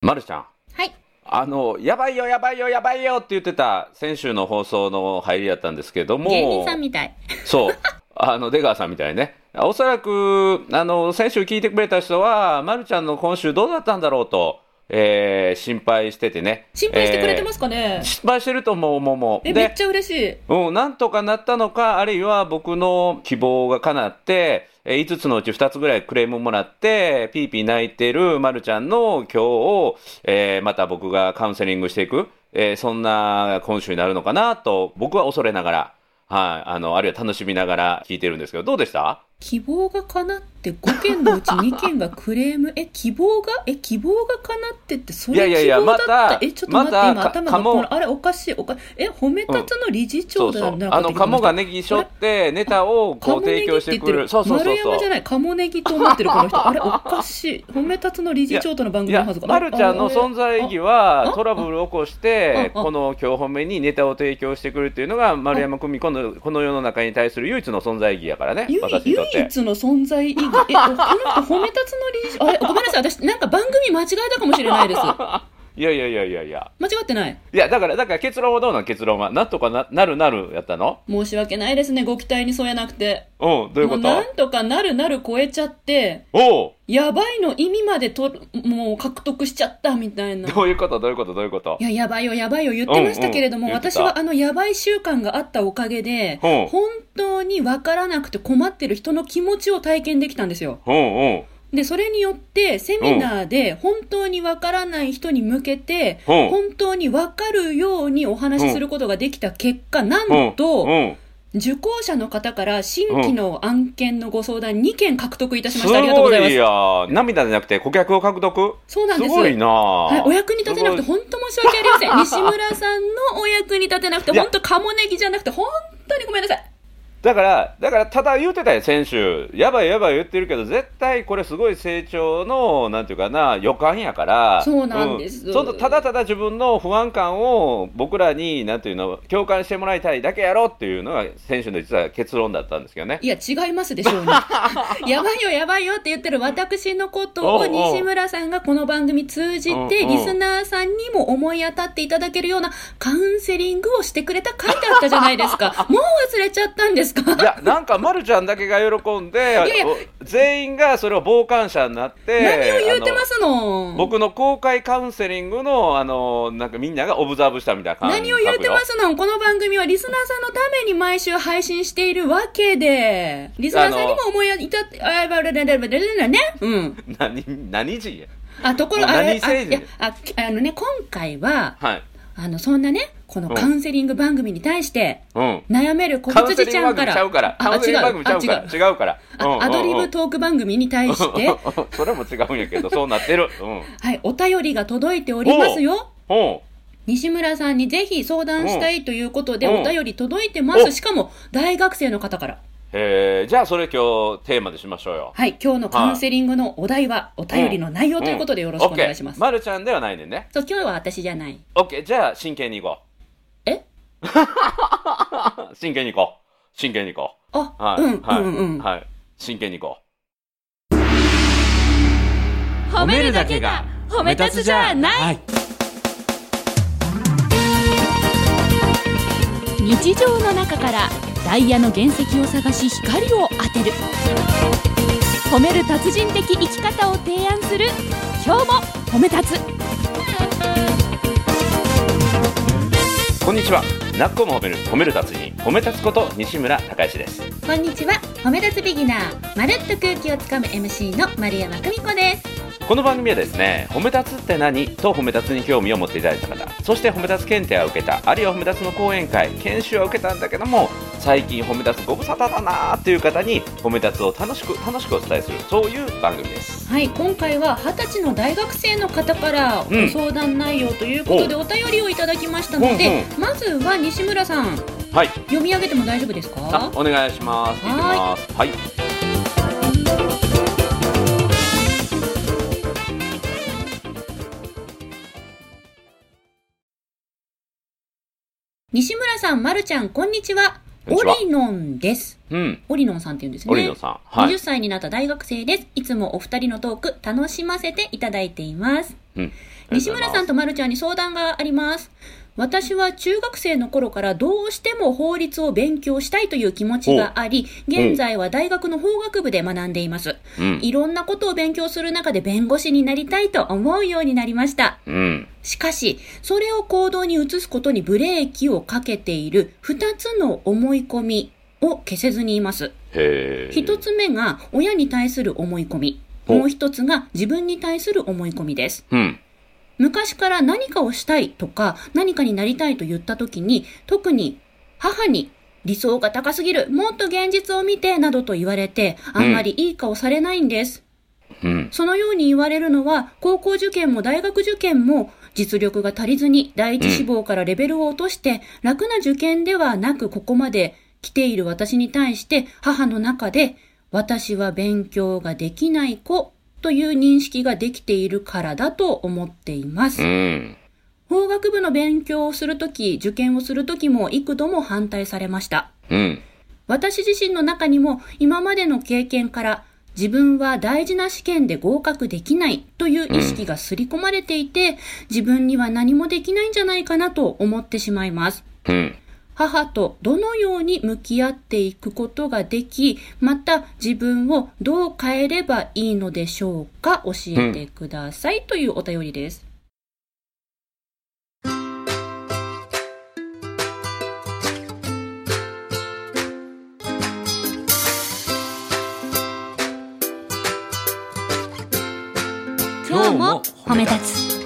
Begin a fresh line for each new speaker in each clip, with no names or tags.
まるちゃん、
はい。
あの、やばいよ、やばいよ、やばいよって言ってた、先週の放送の入りだったんですけども、
芸人さんみたい。
そう、あの、出川さんみたいね。おそらく、あの、先週聞いてくれた人は、まるちゃんの今週どうだったんだろうと、えー心配しててね。、
心配してくれてますすかね
えー、心配してると思う、もう、もう。
え、
で
めっちゃ嬉しい。
うん、なんとかなったのか、あるいは僕の希望が叶って、えー5つのうち2つぐらいクレームもらって、ピーピー泣いてるまるちゃんの今日を、えーまた僕がカウンセリングしていく、えーそんな今週になるのかなと、僕は恐れながら、はい、あの、あるいは楽しみながら聞いてるんですけど、どうでした
希望が叶って5件のうち2件がクレーム。え、希望がえ、希望が叶ってって、そ
いや
れ
い
希
やいや
望だった
また
え、ちょっと待って、
また
今
か
頭
か
が
も
この、あれ、おかしい、おかしい。え、褒めたつの理事
そ
長
う
だ
そ
よ
う
な。。
あの、鴨が
ね、
ネギしょって、ネタをこ
カ
う
モネ
提
ギ
供
っ
してて
言っ
く
て
る。
る。
そうそうそう
丸
そう。
山じゃない、カモネギと思ってる、この人。あれ、おかしい。褒めたつの理事長との番組のはずが。
まるちゃんの存在意義は
あ
トラブルを起こして
ああ
この今日褒めにネタを提供してくるっていうのが丸山久美子のこの世の中に対する唯一の存在意義やからね
唯
私にとっ
唯
て
一の存在意義。え、 この人褒めたつの理事長。あれ、ごめんなさい。私、なんか番組間違えたかもしれな いです。間
いやいやいやいやいや
違ってない。
いやだからだから結論はどうなん結論はなんとかななるなるやったの
申し訳ないですね。ご期待に添えなくて。
うんどういう
も
こ
う
と
なんとかなるなる超えちゃって、
おう
やばいの意味までとる、もう獲得しちゃったみたいな。い
どういうことどういうことどういうこと
や、やばいよ、やばいよ、言ってましたけれども、
うんうん言って
私
た
はあの、やばい習慣があったおかげで、
うん
本当にわからなくて困ってる人の気持ちを体験できたんですよ。
うんうん
で、それによって、セミナーで本当にわからない人に向けて、
うん
本当にわかるようにお話しすることができた結果、なん
う
と、
ん
受講者の方から新規の案件のご相談2件獲得いたしますした。ありがとう
ご
ございま
い
す。
や涙じゃなくて顧客を獲得
そうなんです。
ごいな
はい、お役に立てなくて
す
本当申し訳ありません。西村さんのお役に立てなくて、
いや
本当カモネギじゃなくて、本当にごめんなさい。
だから、だから、ただ言うてたよ、先週。やばいやばい言ってるけど、絶対これすごい成長の、なんていうかな、予感やから。
そうなんです
そのただただ自分の不安感を僕らに、なんていうの、共感してもらいたいだけやろっていうのが、先週の実は結論だったんですけどね。
いや、違いますでしょうね。やばいよ、やばいよって言ってる私のこと
おうお
を
う
西村さんがこの番組通じ
うんうん
て、リスナーさんにも思い当たっていただけるようなカウンセリングをしてくれた回だったじゃないですか。もう忘れちゃったんですか
いや、なんか、まるちゃんだけが喜んで、
いや
お全員がそれを傍観者になって、
何を言うてま
あ
す
の
の
僕の公開カウンセリングの、あの、なんかみんながオブザーブしたみたいな感じ。
何を言うてますのこの番組はリスナーさんのために毎週配信しているわけで、リスナーさんにも思い当たって、あ、ばれれれれれれね。うん。
何、何人や
あ、ところ、
もう
あ
何
れ、あ、
政
い
治
や、あ、あのね、今回は、
はい。
あの、そんなね、このカウンセリング番組に対して、
うん。
悩める子
カウンセ
羊
リ
ち
ン
ゃ
グ番
んか
組
ら、
ちゃうから。カ
あ、
ウンセ
違
リング番
う
組、ちゃうか
あ、違う。
ら。違うから。うん
あアドリブトーク番組に対し て、は
うんうんそれも違うんやけど、そうなってる。うん。
い、お便りが届いておりますよ。
ほ
西村さんにぜひ相談したいということで、
うん
お便り届いてま
お
す。しかも、大学生の方から。
う。えー、じゃあそれ今日テーマでしましょうよ。
はい、今日のカウンセリングのお題は、お便りの内容ということでよろしくお願いしま
オッケー
す。
まるちゃんではないねんね。
そう、今日は私じゃない。
オッケー、じゃあ真剣に行こう。
え
真剣に行こう。真剣に行こ
あ、
う。はい。
うん、う
はい
ん、うん。
はい。真剣に行こ
褒
はい、
日常の中からダイヤの原石を探し光を当てる褒める達人的生き方を提案する今日も褒め立つ
う。こんにちは。なっこも褒める、褒める達人、褒め立つこと西村孝之です。
こんにちは褒め立つビギナーまるっと空気をつかむ MC の丸山久美子です
この番組はですね褒め立つって何と褒め立つに興味を持っていただいた方そして褒め立つ検定を受けたあるいは褒め立つの講演会研修を受けたんだけども最近褒め立つご無沙汰だなーっていう方に褒め立つを楽しく楽しくお伝えするそういう番組です
はい今回は二十歳の大学生の方から
うん
ご相談内容ということでお便りをいただきましたので、まずは西村さん
はい
読み上げても大丈夫です
あ
か
お願いします聞いてますはい
西村さんまるちゃんこんにちは
こんにちは
オリノンです
うん
オリノンさんって言うんですね
オリノさんは
20
い
歳になった大学生です。いつもお二人のトーク楽しませていただいています。
うん
西村さんとまるちゃんに相談があります。私は中学生の頃からどうしても法律を勉強したいという気持ちがあり、現在は大学の法学部で学んでいます。
うん
いろんなことを勉強する中で弁護士になりたいと思うようになりました。
うん
しかし、それを行動に移すことにブレーキをかけている二つの思い込みを消せずにいます。
へえ
一つ目が親に対する思い込み。
ほう
もう一つが自分に対する思い込みです。
うん
昔から何かをしたいとか何かになりたいと言った時に特に母に理想が高すぎる、もっと現実を見てなどと言われてあんまりいい顔されないんです。
うん
そのように言われるのは、高校受験も大学受験も、実力が足りずに第一志望からレベルを落として、楽な受験ではなくここまで来ている私に対して、母の中で、私は勉強ができない子という認識ができているからだと思っています
う。ん
法学部の勉強をするとき、受験をするときも幾度も反対されました。
うん
私自身の中にも今までの経験から自分は大事な試験で合格できないという意識が刷り込まれていて、自分には何もできないんじゃないかなと思ってしまいます。
うん
母とどのように向き合っていくことができ、また自分をどう変えればいいのでしょうか教えてくださいというお便りです。
今日も褒め立つ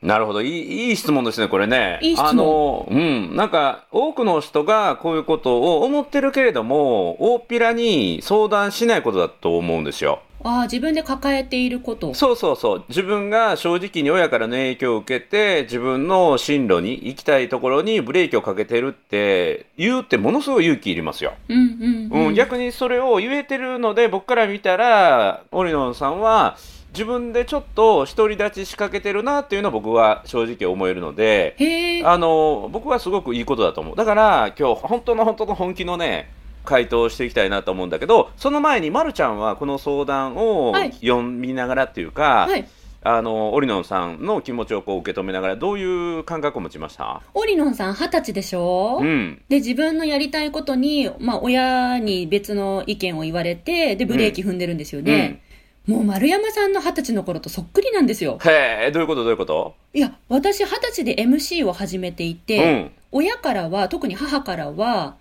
なるほどいいいい質問ですね、これね。
いい質問
あの、うん、なんか、多くの人がこういうことを思ってるけれども、大っぴらに相談しないことだと思うんですよ。
ああ、自分で抱えていること。
そうそうそう。自分が正直に親からの影響を受けて、自分の進路に行きたいところにブレーキをかけてるって、言うってものすごい勇気いりますよ。
うんうん、
うん、逆にそれを言えてるので僕から見たらオリノンさんは自分でちょっと独り立ちしかけてるなっていうのを僕は正直思えるので
へえ。
あの僕はすごくいいことだと思うだから今日本当の本当の本気のね回答をしていきたいなと思うんだけどその前にまるちゃんはこの相談を
はい
読みながらっていうか、
はい。
あのオリノンさんの気持ちをこう受け止めながらどういう感覚を持ちました
オリノンさん二十歳でしょ
うん
で、自分のやりたいことに、まあ、親に別の意見を言われて、で、ブレーキ踏んでるんですよね。もう丸山さんの二十歳の頃とそっくりなんですよ。
へえどういうことどういうこと
いや、私二十歳で MC を始めていて、親からは、特に母からは、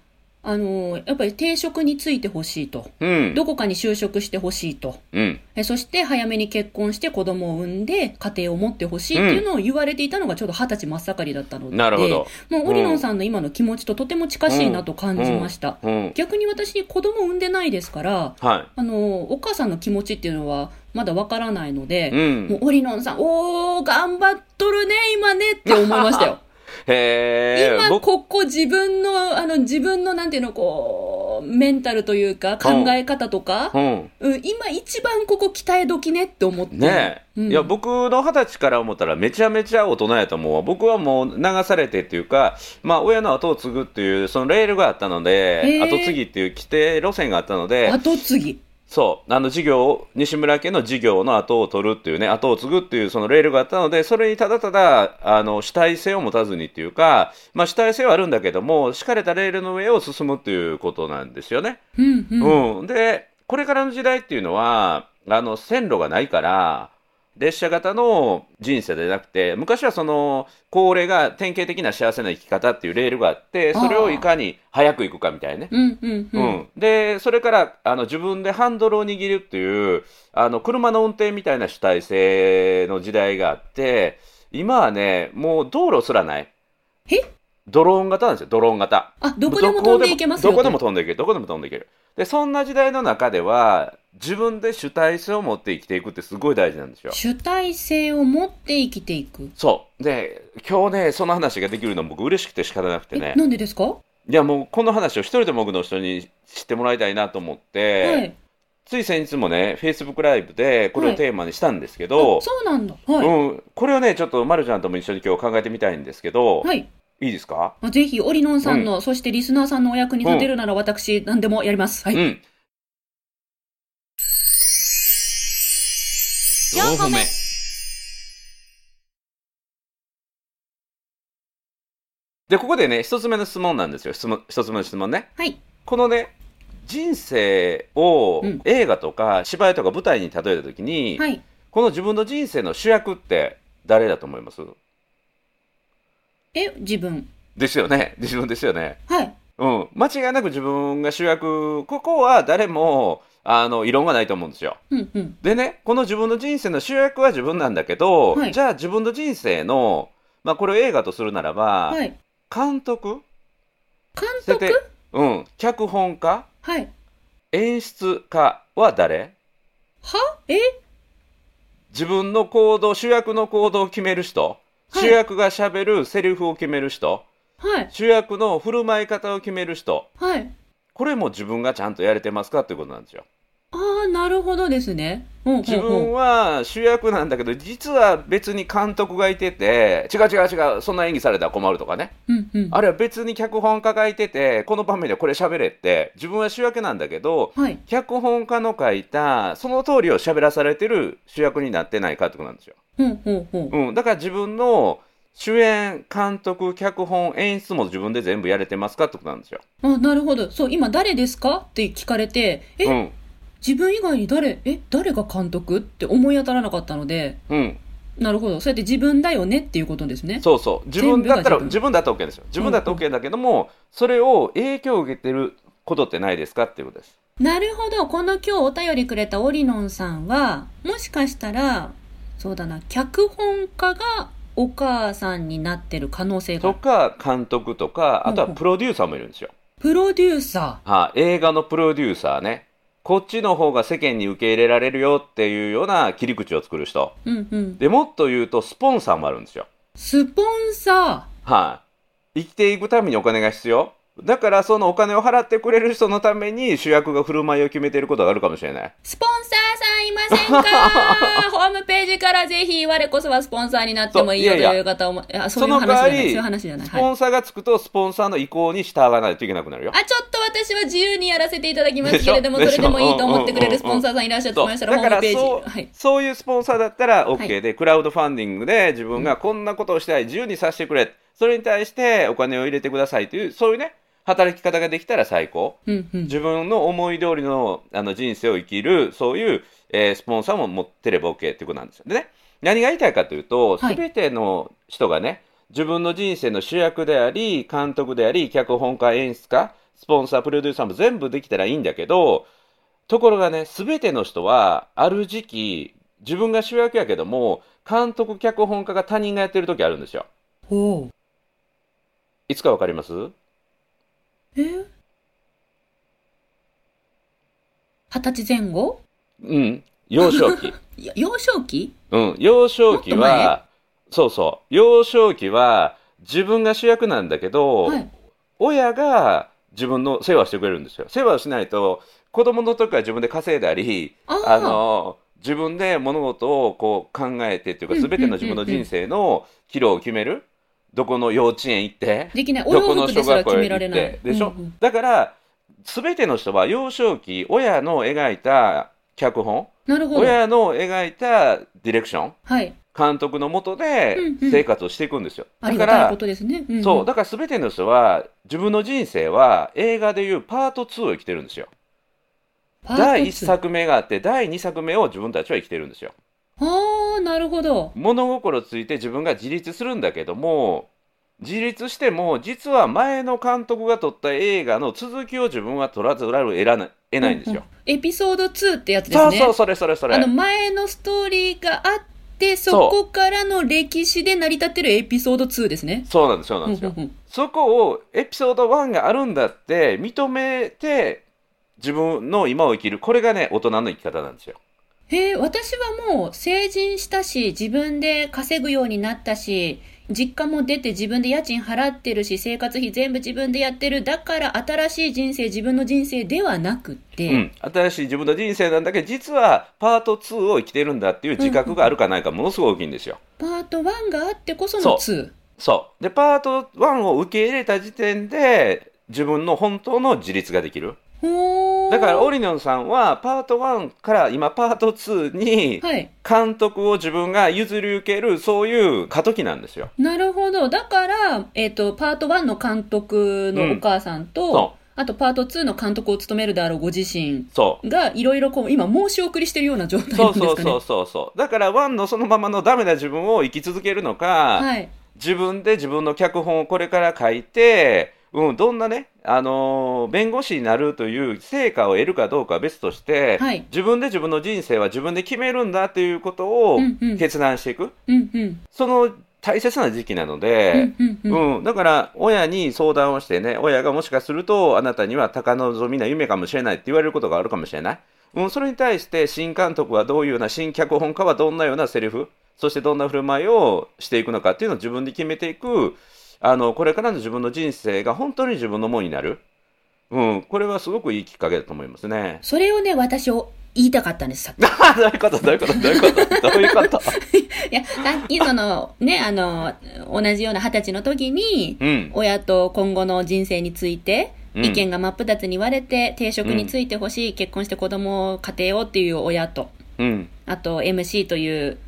あのやっぱり定職についてほしいと。
うんうん
どこかに就職してほしいと。
うん
えそして早めに結婚して子供を産んで家庭を持ってほしいっていうのを言われていたのがちょうど二十歳真っ盛りだったので、
なるほど
もうオリノンさんの今の気持ちととても近しいなと感じました、
うん
逆に私子供産んでないですから
は
あのお母さんの気持ちっていうのはまだわからないので
い。、うん。
もうオリノンさんおー頑張っとるね今ねって思いましたよ
へ え。
今
僕、
ここ自分のあの自分のなんていうのこうメンタルというか考え方とか、
うん。
うん、今一番ここ鍛え時ねって思ってる
ねえ、
うん
いや僕の二十歳から思ったらめちゃめちゃ大人やと思うわ僕はもう流されてっていうか、まあ、親の後を継ぐっていうそのレールがあったの
へ
で
え
後継ぎっていう規定路線があったので
後継ぎ
そうあの事業を西村家の事業の後を取るっていうね後を継ぐっていうそのレールがあったのでそれにただただあの主体性を持たずにっていうか、まあ、主体性はあるんだけども敷かれたレールの上を進むっていうことなんですよね。
うんうん、
うん、でこれからの時代っていうのはあの線路がないから列車型の人生でなくて昔はその高齢が典型的な幸せな生き方っていうレールがあってそれをいかに早く行くかみたいなね。
うんうんう
うんん、でそれからあの自分でハンドルを握るっていうあの車の運転みたいな主体性の時代があって今はねもう道路すらない
え
ドローン型なんですよドローン型。
あどこでも飛んでいけますよ
どこでも飛んでいけるどこでも飛んでいけるでそんな時代の中では自分で主体性を持って生きていくってすごい大事なんですよ
主体性を持って生きていく、
そうで今日ねその話ができるの僕嬉しくて仕方なくてね
えなんでですか、はい
やもうこの話を一人でも多くの人に知ってもらいたいなと思って、
い
つい先日もね Facebook ライブでこれをテーマにしたんですけ
あ
ど、
そうなんだはい、
うん、これをねちょっとまるちゃんとも一緒に今日考えてみたいんですけど、
はい
いいですか
まあぜひ、オリノンさんの、そしてリスナーさんのお役に立てるなら、私、何でもやります。はい。
うん。
四歩目
で、ここでね、一つ目の質問なんですよ。質問、一つ目の質問ね。
はい。
このね、人生を
うん
映画とか芝居とか舞台に例えたときに、
はい。
この自分の人生の主役って誰だと思います
え、自分。
ですよね。自分ですよね。
はい。
うん。間違いなく自分が主役、ここは誰も、あの、異論がないと思うんですよ。
うんうん。
でね、この自分の人生の主役は自分なんだけど、
はい
じゃあ自分の人生の、まあこれを映画とするならば、
はい。
監督
監
それで
督
うん。脚本家
はい。
演出家は誰
はえ
自分の行動、主役の行動を決める人、
はい
主役が喋るセリフを決める人、
はい。
主役の振る舞い方を決める人、
はい。
これも自分がちゃんとやれてますかっていうことなんですよ。
ああ、なるほどですね。うんうん
自
う
分
ん。
は主役なんだけど、実は別に監督がいてて、違う違う違う、そんな演技されたら困るとかね。
うんうん。
あるいは別に脚本家がいてて、この場面でこれ喋れって、自分は主役なんだけど、
はい。
脚本家の書いた、その通りを喋らされてる主役になってない監督なんですよ。
ほうほうほう。
うん、だから自分の主演、監督、脚本、演出も自分で全部やれてますかってことなんですよ。
あ、なるほど。そう、今誰ですかって聞かれて、え、
うん、
自分以外に誰、え、誰が監督って思い当たらなかったので、
うん、
なるほど。そうやって自分だよねっていうことですね。
そうそう。自分だったら、
全部が自分
自分だったら OK ですよ。自分だったら OK だけども、それを影響を受けてることってないですかっていうことです。
なるほど。この今日お便りくれたオリノンさんは、もしかしたら、そうだな、脚本家がお母さんになってる可能性があ
と
る。
か、監督とか、あとは
うんうん
プロデューサーもいるんですよ。
プロデューサ
はい、映画のプロデューサーね。こっちの方が世間に受け入れられるよっていうような切り口を作る人。
ー。うんうん。
で、もっと言うと、スポンサーもあるんですよ。
スポンサ
はい、生きていくためにお金が必要だからそのお金を払ってくれる人のために主役が振る舞いを決めていることがあるかもしれない
ー。スポンサーさんいません かホームページからぜひ、我こそはスポンサーになってもいい
そ
よ
う
と
いやいや
いう方も、あ、そ
そ
ういう
の
話じ
代
ゃな
わ
い。そう
り
いう話じゃない。
ス
はい
ポ。ンサーがつくとスポンサーの意向に従わないといけなくなるよ
あ、ちょっと私は自由にやらせていただきます
でし
け
ょ
れども、そ
でしょ
れでもいいと思ってくれ
うんうんうんう
る
ん
スポンサーさんいらっしゃって
そう
ましたら、
だ
ホ
か
ーム
ら
ペ
そ
ー
う,、
ジ。はい。
そういうスポンサーだったら OK
い
で、クラウドファンディングで自分がこんなことをしたい、自由にさせてくれそれに対してお金を入れてくださいというそういうね働き方ができたら最高
うんうん。
自分の思い通りのあの人生を生きる、そういう、えースポンサーも持ってれば OK っていうことなんですよ。でね、何が言いたいかというと、
は
す
い
べての人がね、自分の人生の主役であり、監督であり、脚本家、演出家、スポンサー、プロデューサーも全部できたらいいんだけど、ところがね、すべての人は、ある時期、自分が主役やけども、監督、脚本家が他人がやってる時あるんですよ。
おう。
いつかわかります
え二十歳前後
うん、幼少 期。
や幼少期
うん、幼少期
もっと前
は、そうそう、幼少期は自分が主役なんだけど、
はい。
親が自分の世話してくれるんですよ。世話をしないと、子供の時は自分で稼いだり、
あー
あの、自分で物事をこう考えてっていうか、
うん
すべての自分の人生の岐路を決める。どこの幼稚園行って、
できない。お
ど
洋
この
服で
小
すら
学校
決
へ
め
行
ら
っ
れな
て
い。。
でしょ、
うんうん
だから、すべての人は幼少期、親の描いた脚本、
なるほど。
親の描いたディレクション、
はい。
監督のもとで
うんうん
生活をしていくんですよ。
あり
だ
が
か
たいこ
ら、
とですね。んん
そう、だから全ての人は、自分の人生は映画でいうパート2を生きてるんですよ。
パート
第1
ツー
作目があって、第2作目を自分たちは生きてるんですよ。
ああ、なるほど。
物心ついて自分が自立するんだけども、自立しても、実は前の監督が撮った映画の続きを自分は撮らざるを得らな得ないんですよ。
ううエピソード2ってやつです
そう
ね。
そう、それそれそれ。
あの前のストーリーがあって、そこからの歴史で成り立ってるエピソード2ですね。
そうなんです、そうなんですよ。
うんうんうん
そこをエピソード1があるんだって認めて自分の今を生きるこれがね大人の生き方なんですよ。
へえ、私はもう成人したし、自分で稼ぐようになったし、実家も出て自分で家賃払ってるし、生活費全部自分でやってる。だから新しい人生、自分の人生ではなくて、
うん、新しい自分の人生なんだけど実はパート2を生きてるんだっていう自覚があるかないかものすごい大きいんですよ。
パート1があってこそ
そ
の
う
2。
そう。で、パート1を受け入れた時点で、自分の本当の自立ができる。
ほー
だから、オリノンさんは、パート1から今、パート2に、
はい。
監督を自分が譲り受ける、そういう過渡期なんですよ。
なるほど。だから、えっ、と、パート1の監督のお母さん
うん
と
そ、
あとパート2の監督を務めるであろうご自身
そう。
が、いろいろこう、今申し送りしてるような状態なん
そう
ですかね。
そうそうそうそうだからワンのそのままのダメな自分を生き続けるのか、
はい。
自分で自分の脚本をこれから書いて、うん、どんなね、あのー弁護士になるという成果を得るかどうかは別として、
はい
自分で自分の人生は自分で決めるんだということを
うんうん
決断していく、
うんうん。
その大切な時期なので、
うんうんうん。。
うん、だから親に相談をしてね親がもしかするとあなたには高望みな夢かもしれないって言われることがあるかもしれない、うん、それに対して新監督はどういうような新脚本家はどんなようなセリフそしてどんな振る舞いをしていくのかっていうのを自分で決めていくあのこれからの自分の人生が本当に自分のものになる、うん、これはすごくいいきっかけだと思いますね
それをね、私を言いたかったんです、さっき。
どういうことどういうことどういうことどういうこと
いや、さっきその、ね、あの、同じような二十歳の時に、
うん
親と今後の人生について、
うん
意見が真っ二つに割れて、定職についてほしい、結婚して子供を家庭をっていう親と、
うん
あと MC という、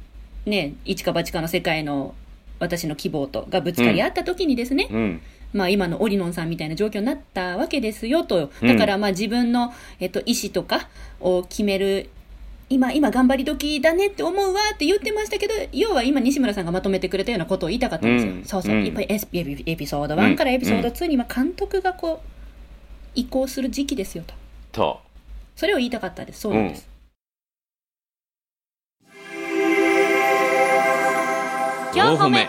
ね、一か八かの世界の私の希望と、がぶつかり合った時にですね、
うん
まあ、今のオリノンさんみたいな状況になったわけですよと、
うん
だからまあ自分の、えっと、意思とかを決める、今、今頑張り時だねって思うわって言ってましたけど、要は今、西村さんがまとめてくれたようなことを言いたかったんですよ。
うん
そうそう、
うん
やっぱりエスエピエピソード
う
1
ん
からエピソード2に今、監督がこう移行する時期ですよと、
と
それを言いたかったです、そうなんです。
今日褒め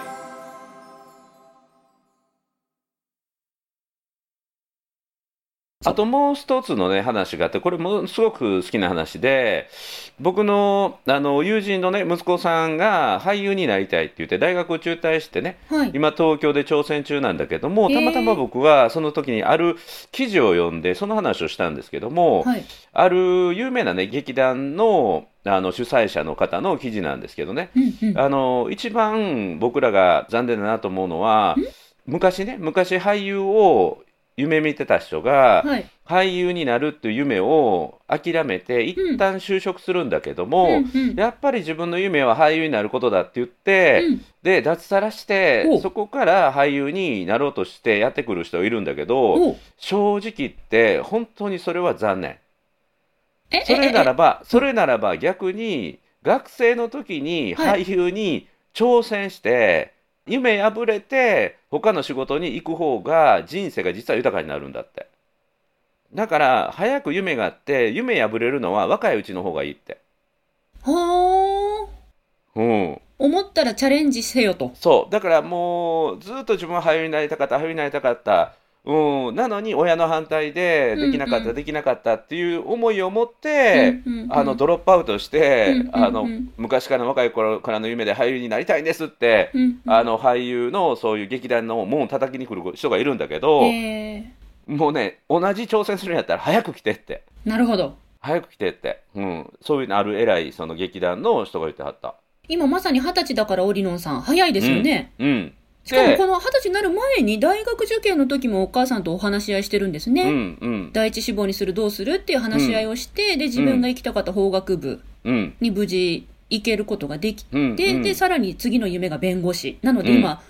あともう一つのね話があってこれもすごく好きな話で僕のあの友人のね息子さんが俳優になりたいって言って大学を中退してね
はい。
今東京で挑戦中なんだけども
へー
たまたま僕はその時にある記事を読んでその話をしたんですけども、
はい。
ある有名なね劇団のあの主催者の方の記事なんですけどね
うんうん。
あの一番僕らが残念だなと思うのは昔ね昔俳優を夢見てた人が、
はい。
俳優になるっていう夢を諦めて一旦就職するんだけども、
うんうん
やっぱり自分の夢は俳優になることだって言って、
うん
で脱サラし
お
て
う
そこから俳優になろうとしてやってくる人いるんだけど
おう
正直言って本当にそれは残念。
ええ
それ
え
ならば、それならば逆に、学生の時に
はい
俳優に挑戦して、夢破れて、他の仕事に行く方が人生が実は豊かになるんだって。だから、早く夢があって、夢破れるのは若いうちの方がいいって。
はあ。
うん。
思ったらチャレンジせよと。
そう。だからもう、ずっと自分は俳優になりたかった、俳優になりたかった。うん。なのに、親の反対で、できなかっ
うんう
た、
ん
できなかったっていう思いを持って、
うんうんうん
あのドロップアウトして、
うんうんうん
あの昔からの若い頃からの夢で俳優になりたいんですって、
うんうん
あの俳優のそういう劇団の門を叩きに来る人がいるんだけど、
えー
もうね同じ挑戦するんやったら早く来てって
なるほど。
早く来てって、うん、そういうのある偉いその劇団の人が言ってはった。
今まさに二十歳だからオリノンさん、早いですよね。
うん
しかもこ
で
の二十歳になる前に大学受験の時もお母さんとお話し合いしてるんですね。
うんうん
第一志望にするどうするっていう話し合いをして、で、自分が行きたかった法学部
うん
に無事行けることができて、
うんうん
で、さらに次の夢が弁護士。なので
うん
今、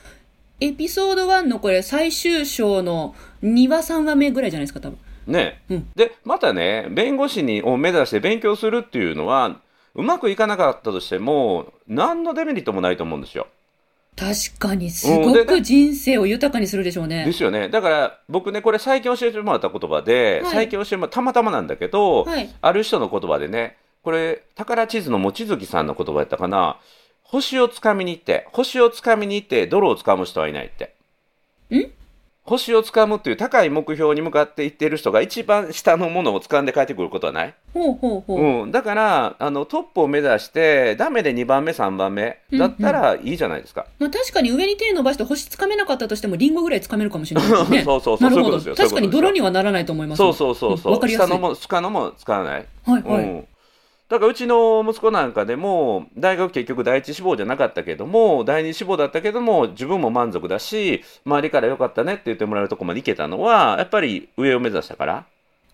エピソード1のこれ最終章の2話3話目ぐらいじゃないですか、多分。
ね、
うん
でまたね弁護士にを目指して勉強するっていうのはうまくいかなかったとしても何のデメリットもないと思うんですよ。
確かに、す
う
ご
んで
く
ね
人生を豊かにするでしょう
で
ね。
すよね。だから僕ね、これ最近教えてもらった言葉で、
はい
最近教えてもらった、たまたまなんだけど、
はい
ある人の言葉でね、これ、宝地図の望月さんの言葉やったかな。星をつかみに行って、星をつかみに行って、泥をつかむ人はいないって。
ん
星をつかむっていう高い目標に向かっていっている人が一番下のものを掴んで帰ってくることはない
ほうほうほう。
うん、だからあのトップを目指してダメで2番目3番目だったらいいじゃないですか、
まあ確かに上に手伸ばして星つかめなかったとしてもリンゴぐらいつかめるかもしれないですね。
そうそうそう
なるほ
そういうこと
ど。
ですよ
確かに泥
そういうことですよ
にはならないと思います。
そうそうそうそう、
んわかりや
下
すい。
のも下のも使わない
はいはい。
うん、だからうちの息子なんかでも大学結局第一志望じゃなかったけども第二志望だったけども自分も満足だし周りから良かったねって言ってもらえるとこまで行けたのはやっぱり上を目指したから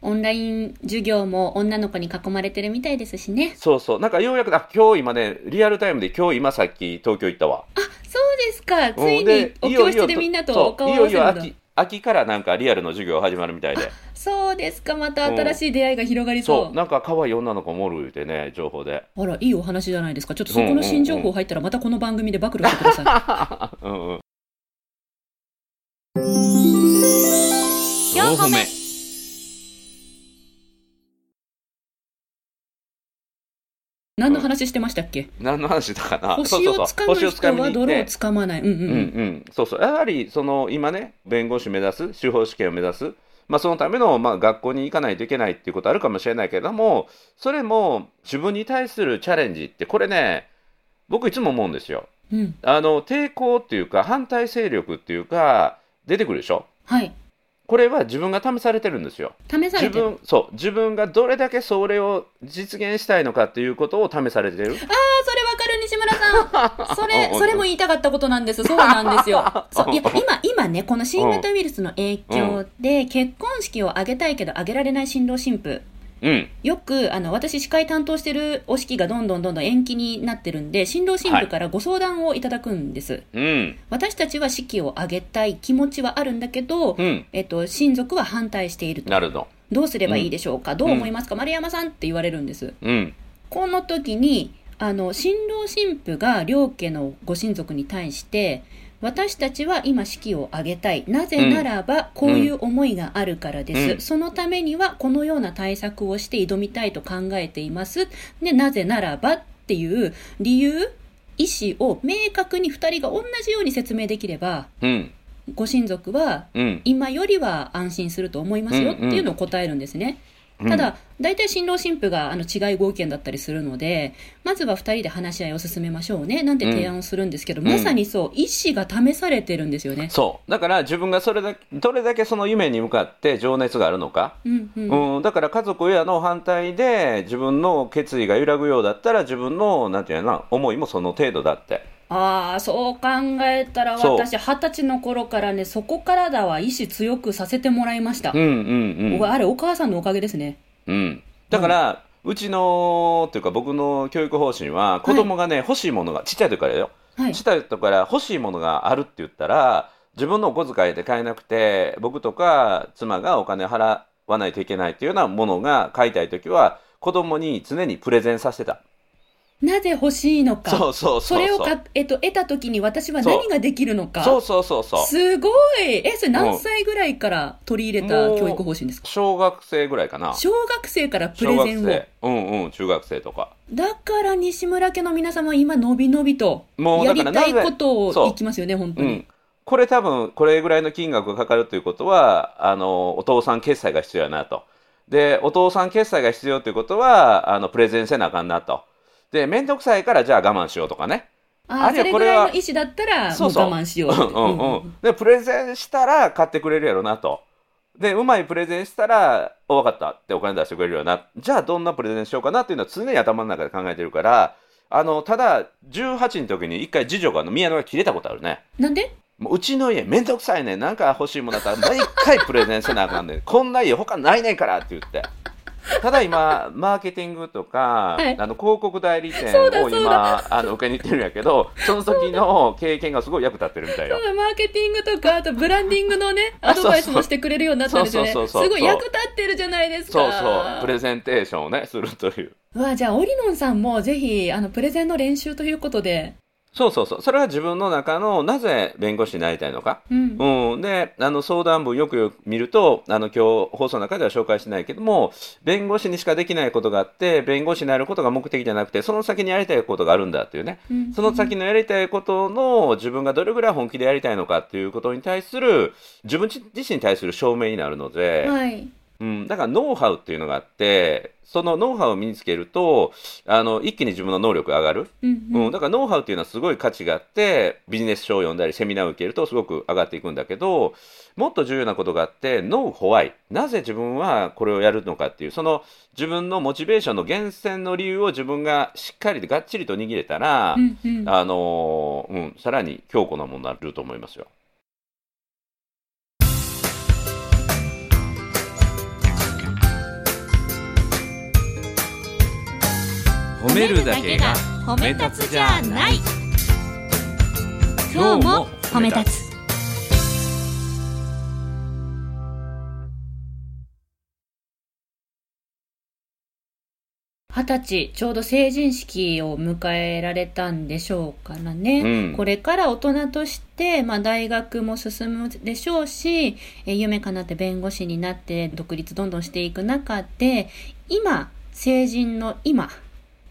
オンライン授業も女の子に囲まれてるみたいですしね。
そうそうなんかようやくあ今日今ねリアルタイムで今日今さっき東京行ったわ
あ、そうですか。つい
うん
に
で
お
いよ
教
いよ
室でみんなと
そう
お顔を合わ
い
せ
よいよ
るんだ
秋秋からなんかリアルの授業始まるみたいで
そうですか。また新しい出会いが広がり
そ
そう
なんか可愛い女の子もおる言うてね情報で
う。あら、いいお話じゃないですか。ちょっとそこの新情報入ったらまたこの番組で暴露してください。
うんうん
4歩目
何の話してましたっけ
何の話だかな
星を
そうそう
掴
そう
む
星を掴
人
みに行
は
って
泥を掴まない。うんう
うん
ん。
うん、そうそう、やはりその今ね、弁護士目指す、司法試験を目指す、まあ、そのための、まあ、学校に行かないといけないっていうことあるかもしれないけれども、それも自分に対するチャレンジって、これね、僕いつも思うんですよ。
うん。うん、
あの抵抗っていうか、反対勢力っていうか、出てくるでしょ。
はい。
これは自分が試されてるんですよ。
試さ
自
れてる。
分、そう、自分がどれだけそれを実現したいのかっていうことを試されてる。
あそれわかる西 村さんそ
うんう
れ
ん
それも言いたかったことなんですそうなんで すよそういや今今ねこの新型ウイルスの影響で結婚式を挙げたいけど挙げられない新郎新婦
うん、
よくあの私司会担当してるお式がどんどんどんどん延期になってるんで新郎新婦からご相談をいただくんです、
うん、
私たちは式を挙げたい気持ちはあるんだけど、
うん、
えっと、親族は反対していると
なるの。
どうすればいいでしょうか、どう思いますか、丸山さんって言われるんです
うん、
この時にあの新郎新婦が両家のご親族に対して私たちは今式を挙げたいなぜならばこういう思いがあるからです、
うん
そのためにはこのような対策をして挑みたいと考えていますでなぜならばっていう理由意思を明確に2人が同じように説明できれば
うん、
ご親族は
うん。
今よりは安心すると思いますよっていうのを答えるんですね、ただ、大体新郎新婦があの違いご意見だったりするので、まずは2人で話し合いを進めましょうね、なんて提案をするんですけど、
うん
まさにそう、意思が試されてるんですよね。
そうだから自分がそれだけどれだけその夢に向かって情熱があるのか、
うんうん。
うん、だから家族やの反対で自分の決意が揺らぐようだったら自分のなんていうのかな思いもその程度だって
ああ、そう考えたら
そう
私、二十歳の頃からね、そこからだは意思強くさせてもらいました
う。んうん
僕あれ、お母さんのおかげですね。
うん、うん、だから、うちのというか僕の教育方針は子供がね、欲しいものがちっちゃい時からよ
はい
ちっ。ちゃい時から欲しいものがあるって言ったら自分のお小遣いで買えなくて僕とか妻がお金払わないといけないっていうようなものが買いたい時は子供に常にプレゼンさせてた。
なぜ欲しいのか。
そうそうそう
それをか、えっと、得た時に私は何ができるのか。
そうそうそうそう。
すごいえ、それ何歳ぐらいから取り入れた教育方針ですか
小学生ぐらいかな。
小学生からプ
小
レ
学
ゼンを
生。うんうん、中学生とか。
だから西村家の皆様は今のびのびと
もうだ
やり
から
たいこと
な
を
ぜそう
いきますよね本当
う
に
ん。これ多分、これぐらいの金額がかかるということは、あの、お父さん決済が必要やなと。で、お父さん決済が必要ということは、あの、プレゼンせなあかんなと。で、面倒くさいから、じゃあ我慢しようとかね。
あ
あ
あ
る
そ
いは
れ
こ
ぐ
れは
らいの意思だったらも
そううそう
我慢しようって
うんうんうん。で、プレゼンしたら買ってくれるやろなと。で、うまいプレゼンしたら、お、わかったってお金出してくれるよな。じゃあ、どんなプレゼンしようかなっていうのは常に頭の中で考えてるから、あの、ただ、18の時に一回次女が、あの、宮野が切れたことあるね。
なんで
もううちの家めんどくさいねん。なんか欲しいものあったら、毎回プレゼンせなあかんねん。こんな家他ないねんからって言って。ただ今、マーケティングとか、
はい
あの広告代理店
そうだそ
を
うだ
今、あの受けに行ってるんやけど、その時の経験がすごい役立ってるみたいよ
そう。だマーケティングとかあとブランディングのね ア
あそう
ド
そう
バイスもしてくれるようになったんですよねす
そうそうそうそう
ごい役立ってるじゃないですか
そうそう、プレゼンテーションをね、するという。
うわじゃあオリノンさんもぜひあのプレゼンの練習ということで
そうそうそう、それは自分の中のなぜ弁護士になりたいのか。
うん
うん、であの相談文よくよく見るとあの今日放送の中では紹介してないけども弁護士にしかできないことがあって弁護士になることが目的じゃなくてその先にやりたいことがあるんだっていうね
うん
その先のやりたいことの自分がどれぐらい本気でやりたいのかっていうことに対する自分自身に対する証明になるので、
はい
うん、だからノウハウっていうのがあってそのノウハウを身につけるとあの一気に自分の能力が上がる、
うん
うんだからノウハウっていうのはすごい価値があってビジネス書を読んだりセミナーを受けるとすごく上がっていくんだけどもっと重要なことがあってノウホワイなぜ自分はこれをやるのかっていうその自分のモチベーションの源泉の理由を自分がしっかりとがっちりと握れたら、
うんうん
あのーうん、さらに強固なものになると思いますよ。褒
褒
め立つじゃない
今日も褒め立つ
二十歳ちょうど成人式を迎えられたんでしょうからね、
うん
これから大人として、まあ、大学も進むでしょうしえー夢かなって弁護士になって独立どんどんしていく中で今成人の今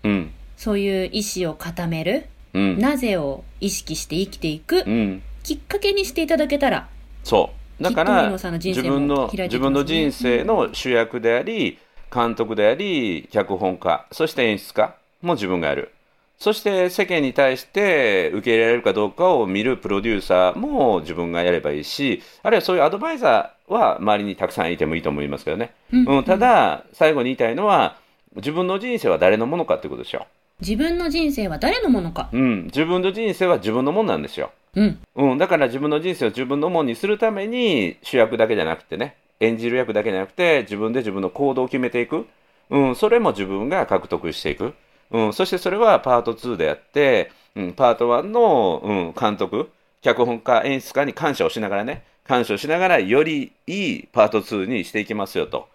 うん
そういう意志を固める、
うん
なぜを意識して生きていく、
うん
きっかけにしていただけたら
そうだか
きっと
ら
森野さんの人
自
生も
分の
開い
自
ていきますね
分の人生の主役であり監督であり脚本家そして演出家も自分がやるそして世間に対して受け入れられるかどうかを見るプロデューサーも自分がやればいいしあるいはそういうアドバイザーは周りにたくさんいてもいいと思いますけどね、
うん
うん、ただ最後に言いたいのは自分の人生は誰のものかってことですよ、
自分の人生は誰のものか、
うん、自分の人生は自分のもんなんですよ
うん、
うん、だから自分の人生を自分のものにするために主役だけじゃなくてね演じる役だけじゃなくて自分で自分の行動を決めていく、うん、それも自分が獲得していく、うん、そしてそれはパート2であって、うん、パート1の、うん、監督脚本家演出家に感謝をしながらね感謝をしながらよりいいパート2にしていきますよと。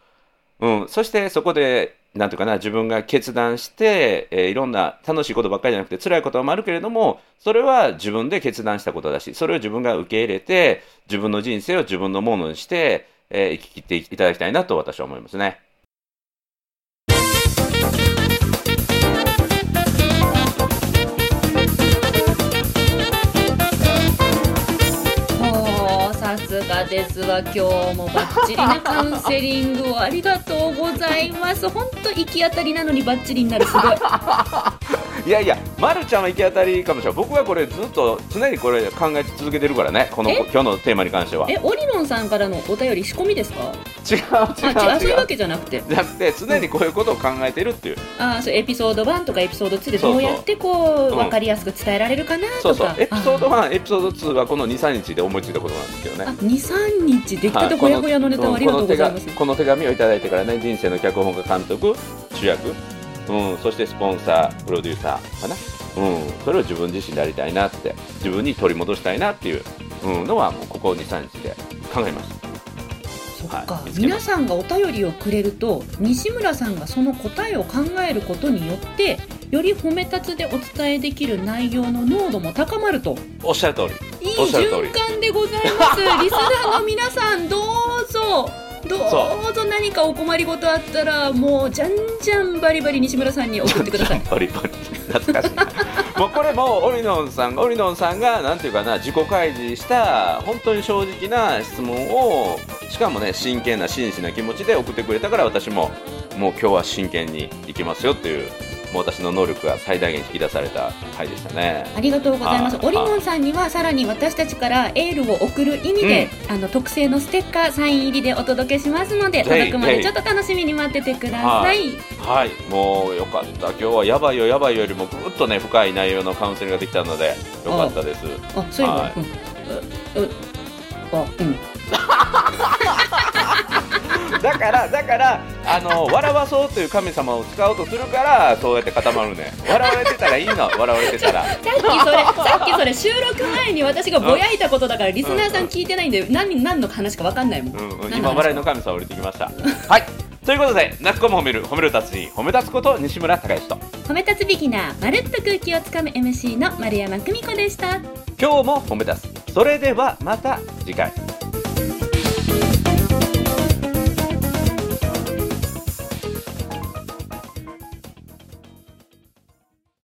うん、そしてそこで、なんていうかな、自分が決断して、えーいろんな楽しいことばっかりじゃなくて、辛いこともあるけれども、それは自分で決断したことだし、それを自分が受け入れて、自分の人生を自分のものにして、えー生き切っていただきたいなと私は思いますね。
もうさすがですわ今日もバッチリなカウンセリングをありがとうございます本当行き当たりなのにバッチリになるす ごい
いやいや、ま、るちゃんは行き当たりかもしれない。僕はこれずっと常にこれ考え続けてるからね、この
え
今日のテーマに関しては。違う
えオリロンさんからのお便り仕込みですか
違
あ違うそう
う
いう
違
わ
う。
けじゃなくて
じゃなくて、常にこういうことを考えてるっていう。
あーそうエピソード1とかエピソード2で
そう
ど
そう
うやってこう
うん
分かりやすく伝えられるかな
そう
と
そう
か、
エピソード
あ
1、エピソード2はこの2、3日で思いついたことなんですけどね。
あ23日できた
は
て
い
ほやほやのネタをありがとうございます
このこの手がこの手紙をいただいてからね人生の脚本家監督主役、うん、そしてスポンサープロデューサーかな、うん、それを自分自身でやりたいなって自分に取り戻したいなっていう、うん、のはもうここ23日で考えます
そっか、
はい
皆さんがお便りをくれると西村さんがその答えを考えることによってより褒め立つでお伝えできる内容の濃度も高まると
おっしゃる通り
いい
おっしゃる通り
循環でございます リスナーの皆さんどうぞどうぞ何かお困りごとあったらもうじゃんじゃんバリバリ西村さんに送って ください
バリバリ懐かしいなもうこれもオリノンさんがオリノンさんがなんていうかな自己開示した本当に正直な質問をしかもね真剣な真摯な気持ちで送ってくれたから私ももう今日は真剣にいきますよっていうもう私の能力が最大限引き出された回でしたね
ありがとうございます
はい
オリモンさんにはさらに私たちからエールを送る意味で、あの特製のステッカーサイン入りでお届けしますの
ぜ
で
ひ
届くまで
ぜ
ちょ
ひ
っと楽しみに待っててください
はいもうよかった今日はやばいよやばいよりもぐっとね深い内容のカウンセリングができたのでよかったです
あそういえば、
はい
うんううあうん
だからだからあの笑わそうという神様を使おうとするからそうやって固まるね笑われてたらいいの笑われてたら
さっきそれ、 さっきそれ収録前に私がぼやいたことだから、リスナーさん聞いてないんで、何、何の話かわかんないもん。
うん、うん、
何の
今
話
笑いの神様降りてきましたはいということで泣く子も褒める褒める達人褒め立つこと西村孝之と
褒め立つビギナー、まるっと空気をつかむ MC の丸山久美子でした。
今日も褒め立つそれではまた次回